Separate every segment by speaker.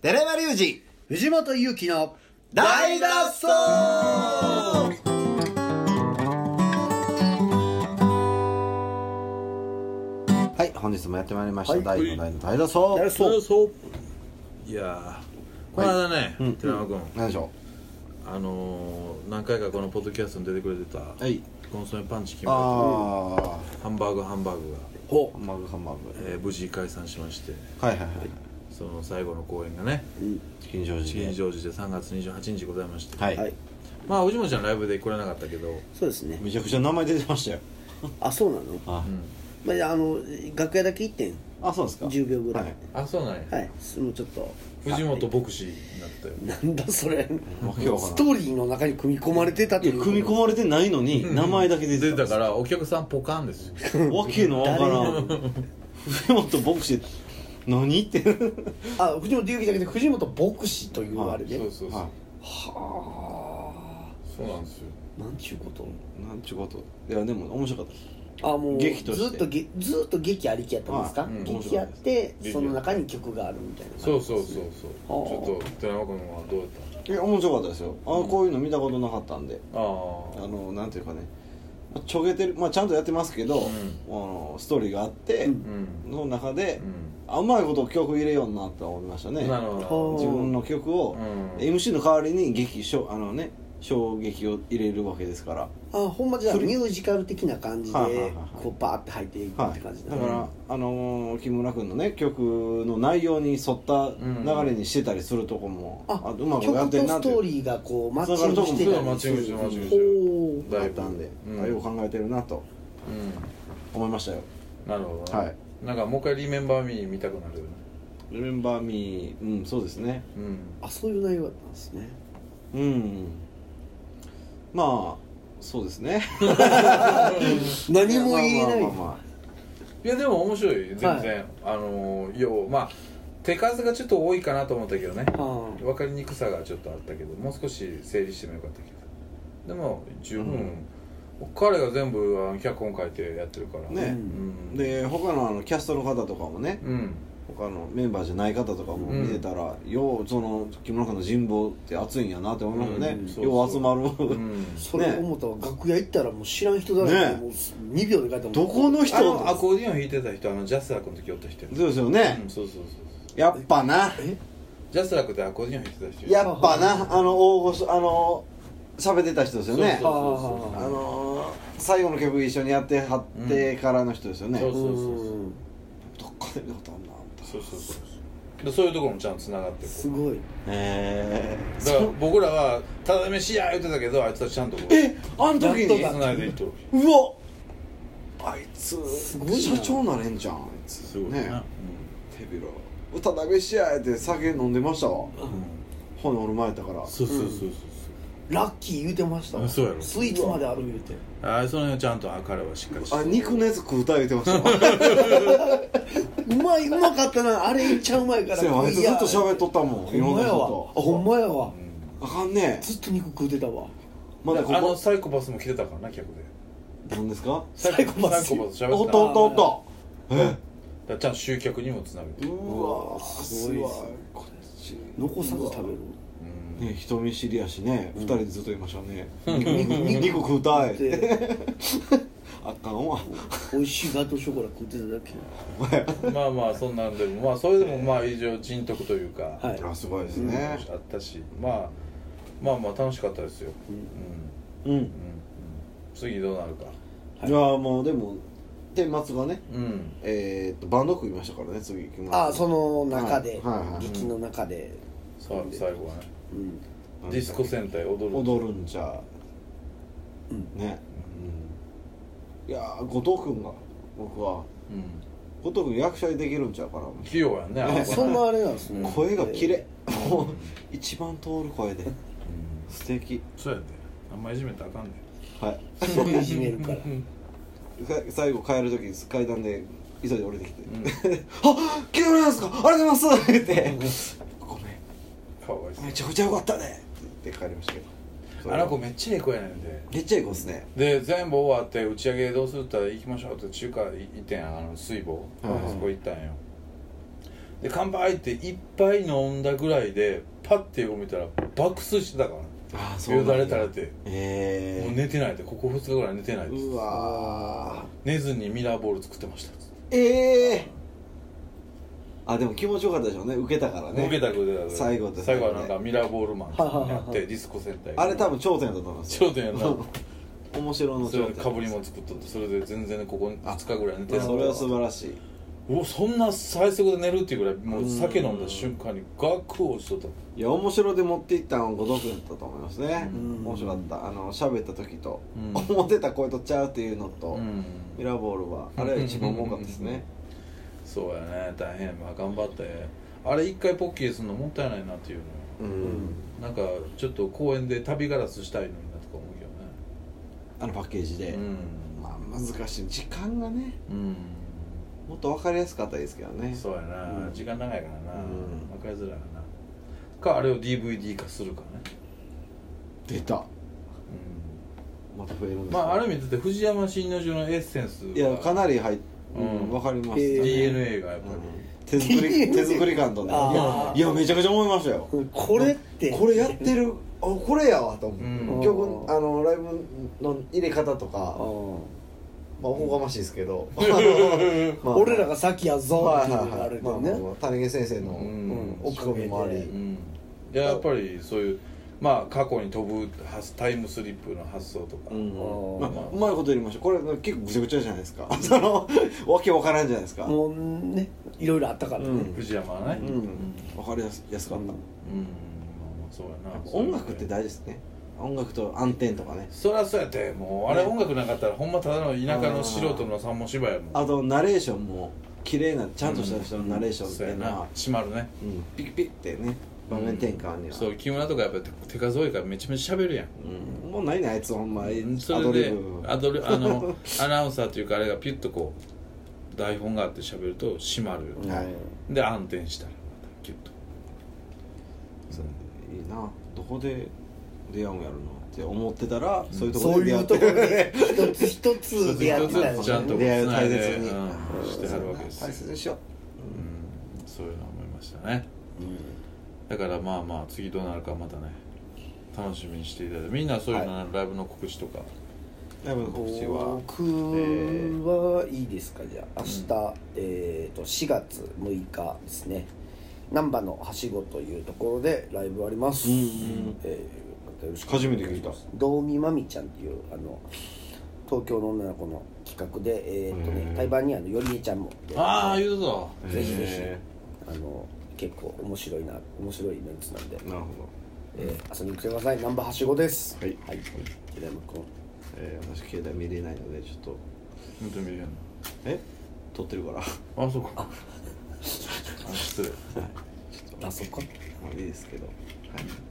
Speaker 1: 寺山隆
Speaker 2: 二藤本勇樹の
Speaker 1: 二大脱走はい本日もやってまいりました、
Speaker 2: はい
Speaker 1: 第5代の大脱走
Speaker 2: 大脱走
Speaker 3: そういやーこの間ね、寺山君、
Speaker 1: 何でしょ
Speaker 3: あのー、何回かこのポッドキャストに出てくれてた、
Speaker 1: うはい
Speaker 3: コンソメパンチ決めハ
Speaker 1: ああ
Speaker 3: ンバーグハンバーグが、
Speaker 1: ハンバーグハンバーグ
Speaker 3: えー無事解散しまして
Speaker 1: はいはいはい
Speaker 3: その最後の公演がね
Speaker 1: チキンジョージ
Speaker 3: チ
Speaker 1: で
Speaker 3: キンジョージで3月28日ございまして、
Speaker 1: はい、
Speaker 2: はい
Speaker 3: まあ藤本ちゃんライブで来れなかったけど、
Speaker 2: そうですね
Speaker 1: めちゃくちゃ名前出てましたよ
Speaker 2: あそうなの
Speaker 1: あ、
Speaker 3: うん、
Speaker 2: まああの楽屋だけ行ってん
Speaker 1: あそうですか
Speaker 2: 10秒ぐらい
Speaker 3: あそうなんや、
Speaker 2: はいもうちょっと
Speaker 3: 藤本牧師になったよ
Speaker 2: なんだそれ
Speaker 1: わけわからん
Speaker 2: ストーリーの中に組み込まれてた
Speaker 1: いや組み込まれてないのに名前だけ出て
Speaker 3: 出
Speaker 1: た
Speaker 3: てたからお客さんポカンですよ
Speaker 1: わけのわからん藤本牧師何って
Speaker 2: あ藤本勇樹だけで藤本牧師というあれで、
Speaker 3: そうそうそう、
Speaker 1: は
Speaker 2: は
Speaker 3: そうなんですよ
Speaker 2: あなんちゅうこと
Speaker 1: いなんちゅうこといやでも面白かったです
Speaker 2: あもう
Speaker 1: 劇として
Speaker 2: ずっとげずっと劇ありきやったんですか、
Speaker 1: はい
Speaker 3: うん
Speaker 2: 劇やって
Speaker 3: 面白いです
Speaker 2: その中に曲があるみたいな
Speaker 3: そうそうそうそう
Speaker 2: あー
Speaker 3: ちょっと寺山君はどうやっ
Speaker 1: いや面白かったですよあーこういうの見たことなかったんで
Speaker 3: た
Speaker 1: あ
Speaker 3: ああ
Speaker 1: のなんていうかねまあちょげてるまあちゃんとやってますけど、
Speaker 3: うん
Speaker 1: あのストーリーがあって、
Speaker 2: うん
Speaker 3: うん
Speaker 1: の中で
Speaker 3: う、ん
Speaker 1: あうまいこと曲入れようなと思いましたね
Speaker 3: なるほ
Speaker 1: 自分の曲を
Speaker 3: ど、うん、
Speaker 1: MC の代わりに劇しょあのね衝撃を入れるわけですから
Speaker 2: あほんまじゃあミュージカル的な感じで
Speaker 1: はいはいはいはい
Speaker 2: こうバーって入っていく
Speaker 1: は
Speaker 2: って感じ
Speaker 1: い、
Speaker 2: な
Speaker 1: だ
Speaker 2: の、
Speaker 1: から、あのー木村君のね曲の内容に沿った流れにしてたりするとこも、
Speaker 2: あ
Speaker 1: あうまくや
Speaker 2: 曲
Speaker 1: ってん
Speaker 2: と
Speaker 1: なっ
Speaker 2: ス
Speaker 1: てい
Speaker 2: トー
Speaker 1: う
Speaker 2: リーがこうマッチングして
Speaker 3: そうマッチングしてマッチングして
Speaker 2: おー
Speaker 1: だったんで、
Speaker 3: うん
Speaker 1: あよく考えてるなと
Speaker 3: うん
Speaker 1: 思いましたよ
Speaker 3: なるほどな、
Speaker 1: はい
Speaker 3: なんかもう一回リメンバーミー見たくなるよね
Speaker 1: 「リメンバー・ミー」うんそうですね
Speaker 3: うん
Speaker 2: あそういう内容だったんですね
Speaker 1: うんまあそうです ね
Speaker 2: 何も言えない
Speaker 1: まあまあまあま
Speaker 3: いやでも面白い全然、
Speaker 2: はい
Speaker 3: あのーようまあ手数がちょっと多いかなと思ったけどね
Speaker 2: は
Speaker 3: 分かりにくさがちょっとあったけどもう少し整理してもよかったけどでも十分、彼が全部あの脚本書いてやってるから
Speaker 1: あね、
Speaker 3: うん
Speaker 1: で他のあのキャストの方とかもね
Speaker 3: うん
Speaker 1: 他のメンバーじゃない方とかも
Speaker 3: うん
Speaker 1: 見てたら、ようその木村君の人望って熱いんやなって思いますよね、
Speaker 3: うんそうそう
Speaker 1: よう集まる、
Speaker 3: うん
Speaker 2: それ思ったわ、楽屋行ったらもう知らん人だらけで
Speaker 1: ね
Speaker 2: もう2秒で書いたもん
Speaker 1: どこの人
Speaker 3: あのアコーディオン弾いてた人あのジャスラックの時おった人や
Speaker 1: そうですよね
Speaker 3: うん、そうそうそう
Speaker 1: やっぱな
Speaker 2: え
Speaker 3: ジャスラックでアコーディオン弾いてた人
Speaker 1: やっぱなあの大御所あの喋ってた人ですよね
Speaker 3: そうそうそうそう
Speaker 2: あ
Speaker 1: あの最後の曲一緒にやってはってからの人ですよね、
Speaker 3: うん
Speaker 1: ど
Speaker 3: そうそうそうそう
Speaker 2: う
Speaker 1: っ
Speaker 2: ん
Speaker 1: かで見たことあんな思った
Speaker 3: そうそうそうそうでそういうところもちゃんとつながって
Speaker 2: す
Speaker 3: こう
Speaker 2: ごい
Speaker 1: え
Speaker 3: だから僕らは「ただ飯や!」言ってたけどあいつはちゃんとこう
Speaker 1: ー、えあの時
Speaker 3: つ
Speaker 1: に
Speaker 3: ないでいっとる
Speaker 1: うわあいつ
Speaker 2: すごいな
Speaker 1: 社長なれんじゃんあいつ
Speaker 3: すごい
Speaker 1: ね
Speaker 3: な
Speaker 1: 手広歌だ飯やって酒飲んでましたわほのおる前やったから
Speaker 3: そうそうそうそう
Speaker 2: ラッキー言うてましたわ
Speaker 3: あそうやろ
Speaker 2: スイーツまである言うて
Speaker 3: そうあその辺はちゃんとあ彼はしっかりして
Speaker 1: あ肉のやつ食うた言うてまし たわ
Speaker 2: うまいうまかったなあれいっちゃうまいから
Speaker 1: せやわあいつずっと
Speaker 2: っ
Speaker 1: 喋っとったもんいろん
Speaker 2: ほんま
Speaker 1: な人
Speaker 2: やわあ
Speaker 1: と
Speaker 2: ほんまやわ
Speaker 3: うん
Speaker 1: あかんね
Speaker 2: ずっと肉食うてたわ
Speaker 1: まだこ
Speaker 3: あの
Speaker 1: こ
Speaker 3: サイコパスも来てたからな客で
Speaker 1: 何ですか
Speaker 2: サイコパス
Speaker 3: サイコパス喋
Speaker 1: お
Speaker 3: っ
Speaker 1: って
Speaker 3: た
Speaker 1: と
Speaker 3: な
Speaker 1: おっとおっと
Speaker 3: だからちゃんと集客にもつなげて
Speaker 1: うわー
Speaker 2: す
Speaker 1: すご
Speaker 2: ごい
Speaker 1: い
Speaker 2: っすね
Speaker 1: こっち
Speaker 2: 残さず食べる
Speaker 3: うん
Speaker 1: ね人見知りやしね二人でずっといましたね
Speaker 2: 肉
Speaker 1: 肉食うたい
Speaker 2: で
Speaker 1: あかんわ
Speaker 2: 美味しいガトーショコラ食うてただけ
Speaker 3: まあまあそんなんでもまあそれでもまあ以上人徳というか、
Speaker 2: はい
Speaker 1: あすごいですね
Speaker 3: あったしまあまあまあ楽しかったですよ、うん
Speaker 1: うん
Speaker 3: うん次どうなるか
Speaker 2: はい
Speaker 1: いやーもうでも天末がね
Speaker 3: うん
Speaker 1: えーっとバンド組みましたからね次行きます
Speaker 2: あその中で
Speaker 1: はいはいはい
Speaker 2: 劇の中で
Speaker 3: さ最後はね
Speaker 2: うん
Speaker 3: ディスコ戦隊踊る
Speaker 1: 踊るんちゃ
Speaker 2: う
Speaker 1: うね、うん、いやー後藤君が僕は
Speaker 3: うん
Speaker 1: 後藤君役者でできるんちゃうかな、
Speaker 3: 器用やねあの子
Speaker 2: そんなあれなんですね
Speaker 1: 声が綺麗もう一番通る声で素敵
Speaker 3: そうやであんまいじめたらあかんね
Speaker 1: はい
Speaker 2: すごいいじめるから
Speaker 1: さ最後帰る時です階段で急いで降りてきて「 あ木村なんですかありがとうございます」って言って「ごめ
Speaker 3: かわいそ
Speaker 1: んめちゃくちゃよかったね」って言って帰りましたけどそう
Speaker 3: あの子めっちゃええ子やねんで
Speaker 1: めっちゃいい子っすね
Speaker 3: で全部終わって打ち上げどうするったら行きましょうって中華行ってんあの水坊、
Speaker 1: はいはい
Speaker 3: そこ行ったんよで乾杯って一杯飲んだぐらいでパッて横見たら爆睡してたからね
Speaker 1: ああそう
Speaker 3: よ
Speaker 1: なんだ
Speaker 3: だれ垂れて
Speaker 1: え
Speaker 3: もう
Speaker 1: え
Speaker 3: 寝てないってここ2日ぐらい寝てないです
Speaker 2: うわ
Speaker 3: 寝ずにミラーボール作ってました
Speaker 1: ええあでも気持ちよかったでしょうね受けたからね
Speaker 3: 受けたくで
Speaker 1: 最後ですね
Speaker 3: 最後はなんかミラーボールマンになっ
Speaker 2: はいはいは
Speaker 3: てディスコ戦隊
Speaker 1: あれ多分頂点だと思いますよ
Speaker 3: 頂点やな
Speaker 1: 面白の
Speaker 3: それ
Speaker 1: 頂
Speaker 3: で
Speaker 1: 点
Speaker 3: かぶりも作っとってそれで全然ねここ2日ぐらい寝て
Speaker 1: で
Speaker 3: な
Speaker 1: それは素晴らしい
Speaker 3: おそんな最速で寝るっていうぐらいもう酒飲んだ瞬間にガク落ちとった
Speaker 1: いや面白で持っていったの後藤君だったと思いますね、
Speaker 2: うん
Speaker 1: 面白かったあの喋った時と、
Speaker 3: うん
Speaker 1: 思ってた声とちゃうっていうのと、
Speaker 3: うん
Speaker 1: ミラーボールはあれは一番重かったですね
Speaker 3: そうやね大変まあ頑張ってあれ一回ポッキーするのもったいないなっていうの
Speaker 1: うん、
Speaker 3: なんかちょっと公園で旅ガラスしたいのになとか思うけどね
Speaker 1: あのパッケージで、
Speaker 3: うん
Speaker 1: まあ難しい時間がね
Speaker 3: うん
Speaker 1: もっと分かりやすかったですけどね
Speaker 3: そうやな、
Speaker 1: うん
Speaker 3: 時間長いから
Speaker 1: う
Speaker 3: な、
Speaker 1: ん
Speaker 3: 分かりづらいなかあれを DVD 化するかね、
Speaker 1: 出たまた増えるんで
Speaker 3: うん
Speaker 1: す
Speaker 3: まあある
Speaker 1: 意
Speaker 3: 意味だって藤山新之助のエッセンス
Speaker 1: 味いやかなり入っ、う、
Speaker 3: うんん
Speaker 1: 分かりました、ね
Speaker 3: DNA がやっぱ
Speaker 1: うん手作り手作り感とね
Speaker 2: あー
Speaker 1: いやいやめちゃくちゃ思いましたよ
Speaker 2: ーこれって
Speaker 1: これやってるあこれやわと思う、
Speaker 3: うん
Speaker 1: 曲あのライブの入れ方と
Speaker 2: あ
Speaker 1: か
Speaker 2: ー
Speaker 1: まあおこがましいですけど
Speaker 3: り
Speaker 1: まあ
Speaker 2: 俺らが先やぞ
Speaker 1: は
Speaker 2: っ
Speaker 1: い
Speaker 2: ていう
Speaker 1: は
Speaker 2: のがあ
Speaker 1: いは
Speaker 2: る
Speaker 1: い
Speaker 2: けど
Speaker 1: まあま
Speaker 2: ね
Speaker 1: あ谷毛先生の、
Speaker 3: うん
Speaker 1: 奥込みもあり
Speaker 2: うん
Speaker 3: うんいややっぱりそういうまあ過去に飛ぶ発タイムスリップの発想とか、
Speaker 1: うん
Speaker 2: あ
Speaker 1: まあ、
Speaker 2: ー
Speaker 1: うまいこと言いましたこれ結構ぐちゃぐちゃじゃないですかその わけわからんじゃないですか
Speaker 2: もうねいろいろあったから
Speaker 1: う
Speaker 2: ね
Speaker 1: ん
Speaker 3: 藤山はね
Speaker 1: うん、
Speaker 3: うん
Speaker 1: わかりやすやすかった、
Speaker 3: うんまあまあそうやな
Speaker 1: 音楽って大事ですね音楽と暗転とかね
Speaker 3: そりゃそうやってもうあれ音楽なかったらほんまただの田舎の素人の三文芝居やもん
Speaker 1: あとナレーションも綺麗なちゃんとした人のナレーションって
Speaker 3: そうや
Speaker 1: いうの
Speaker 3: な
Speaker 1: は、
Speaker 3: 閉まるね
Speaker 1: うんピッピッってね場面転換には、
Speaker 3: そう木村とかやっぱ手数多いからめちゃめちゃ喋るやん
Speaker 1: うんもうないねあいつほんまア
Speaker 3: そ
Speaker 1: ド
Speaker 3: れ
Speaker 1: リ
Speaker 3: で
Speaker 1: ブ
Speaker 3: アドリブあのアナウンサーというかあれがピュッとこう台本があって喋ると閉まるよ、
Speaker 1: はい
Speaker 3: で暗転したらまたキュッと
Speaker 1: そういいなどこで出会うんやろなって思ってたら、そういうとこ
Speaker 2: そ
Speaker 1: で
Speaker 2: う
Speaker 1: 出
Speaker 2: い
Speaker 1: 会
Speaker 2: う
Speaker 1: っ
Speaker 2: と
Speaker 1: て
Speaker 2: ころで一つ一つでや
Speaker 3: 一
Speaker 2: ってたよ
Speaker 3: つず
Speaker 2: ね
Speaker 3: つちゃんと
Speaker 1: 出会いを大
Speaker 3: 繋いで
Speaker 1: 切に、
Speaker 3: うんしてはるわけですよ
Speaker 1: 大切にしよ
Speaker 3: うんそういうのは思いましたね
Speaker 1: う、
Speaker 3: だからまあまあ次どうなるかまたね楽しみにしていただいてみんなそういうの、ライブの告知とか
Speaker 1: ライブの告知は
Speaker 2: 僕はいいですかじゃあ明日、えー、と4月6日ですね難波のはしごというところでライブあります、
Speaker 1: うんうん
Speaker 2: えーよろしく
Speaker 1: 初めて聞いた
Speaker 2: 道見まみちゃんっていうあの東京の女の子の企画で、えーと
Speaker 1: へ
Speaker 2: ね
Speaker 1: ー、
Speaker 2: 台湾にあのよりえちゃんも
Speaker 3: ああ言うぞ
Speaker 2: ぜひぜ
Speaker 1: へ
Speaker 2: ひあの結構面白いな面白いメンツなんで、
Speaker 1: なるほど、
Speaker 2: えー遊びに来てください難波はしごです
Speaker 1: はい
Speaker 2: はい寺山君
Speaker 1: えー、私携帯見れないのでちょっと
Speaker 3: 見てみるやん
Speaker 1: え撮ってるから
Speaker 3: あそうかあ失礼
Speaker 2: あそっか
Speaker 1: まあいいですけど、はい、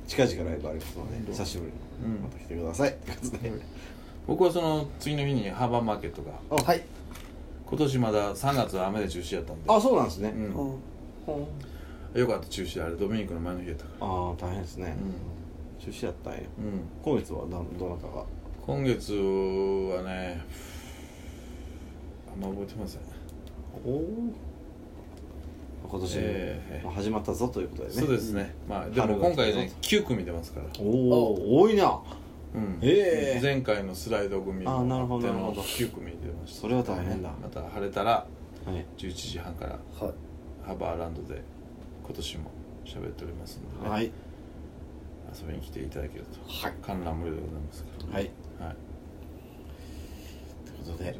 Speaker 1: 近々ライブありますので久しぶりに
Speaker 3: うん
Speaker 1: また来てください、ってことで
Speaker 3: 僕はその次の日にハーバーマーケットが
Speaker 1: あ
Speaker 2: はい、
Speaker 3: 今年まだ3月は雨で中止やったんで
Speaker 1: あそうなんですね、
Speaker 3: うん
Speaker 2: うん
Speaker 3: よかった中止であれドミニクの前の日やったか
Speaker 1: ああ大変ですね
Speaker 3: ら、
Speaker 1: 中止やったんや
Speaker 3: うんうん
Speaker 1: 今月はどどなたが
Speaker 3: 今月はねあんま覚えてません
Speaker 1: おお今年、
Speaker 3: ええ
Speaker 1: まあ始まったぞということでね
Speaker 3: そうですね、まあでも
Speaker 1: 春が
Speaker 3: 今
Speaker 1: 来たぞ
Speaker 3: 回ね9組出ますから、
Speaker 1: おお多いな
Speaker 3: うん
Speaker 1: ええ
Speaker 3: 前回のスライド組も
Speaker 1: あなるほど
Speaker 3: あ
Speaker 1: な
Speaker 3: っての
Speaker 1: るほど
Speaker 3: 9組出ました
Speaker 1: それは大変だ
Speaker 3: また晴れたら
Speaker 1: はい
Speaker 3: 11時半から
Speaker 2: はい
Speaker 3: ハーバーランドで今年も喋っておりますので、ね
Speaker 1: はい
Speaker 3: 遊びに来ていただけると、
Speaker 1: はい
Speaker 3: 観覧無料でございますから、
Speaker 1: はい
Speaker 3: はい、
Speaker 1: ということで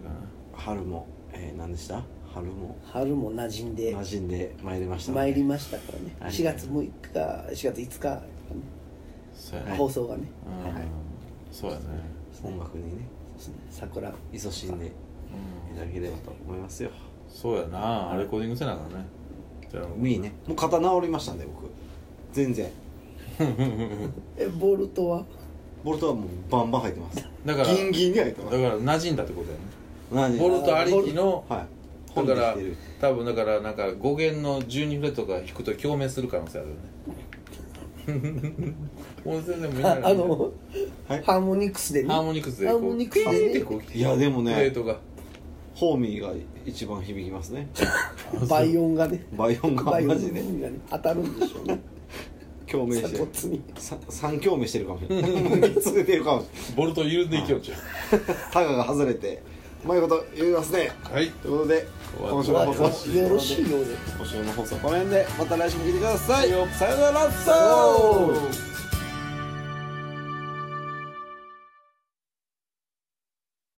Speaker 1: 春も、えー、何でした春も
Speaker 2: 春も馴染んで
Speaker 1: 馴染んでまいりましたので
Speaker 2: 参りましたからね
Speaker 1: はい
Speaker 2: 4月6日4月5日、ね
Speaker 3: そうやね、
Speaker 2: 放送がね、
Speaker 3: うん
Speaker 2: はいはい
Speaker 3: そうやね、
Speaker 1: 音楽にね
Speaker 2: 桜
Speaker 1: 勤しんでいただければと思いますよ
Speaker 3: そうやなレコーディングせなあかんねじゃあ
Speaker 1: いいねもう肩治りましたんで僕全然
Speaker 2: えボルトは
Speaker 1: ボルトはもうバンバン入ってます
Speaker 3: だから
Speaker 1: ギンギンに入って
Speaker 3: だ
Speaker 1: ま
Speaker 3: か
Speaker 1: す
Speaker 3: ら馴染んだってことやね
Speaker 1: 何
Speaker 3: ボルトありきの
Speaker 1: はい
Speaker 3: だか
Speaker 1: で
Speaker 3: ら
Speaker 1: きてる
Speaker 3: 多分だからなんか5弦の12フレットとか弾くと共鳴する可能性あるよね 温泉でも見な
Speaker 2: あ
Speaker 3: い
Speaker 2: あの、
Speaker 1: はい
Speaker 2: ハーモニクスでね
Speaker 3: ハーモニクスで
Speaker 2: ハ
Speaker 3: こ
Speaker 2: ーモ
Speaker 3: う
Speaker 2: ニクスで
Speaker 3: ピーンってこう
Speaker 1: いやでもね
Speaker 3: プレートが
Speaker 1: ホーミーが一番響きますね
Speaker 2: 倍音がね
Speaker 1: 倍音が
Speaker 2: 倍音
Speaker 1: マ
Speaker 2: の
Speaker 1: ジで
Speaker 2: 部分がね当たるんでしょうね
Speaker 1: 共鳴して
Speaker 2: 鎖
Speaker 1: る
Speaker 2: 骨に
Speaker 1: さ三共鳴してるかもしれない 続いてるかもしれない
Speaker 3: ボルト緩んでいきよっちゃう
Speaker 1: タガが外れてうまいこと言いますね
Speaker 3: はい
Speaker 1: ということで今週の放送は
Speaker 2: よろしいようで
Speaker 1: 今週の放送はこの辺でまた来週も聞いてくださいさようなら
Speaker 2: お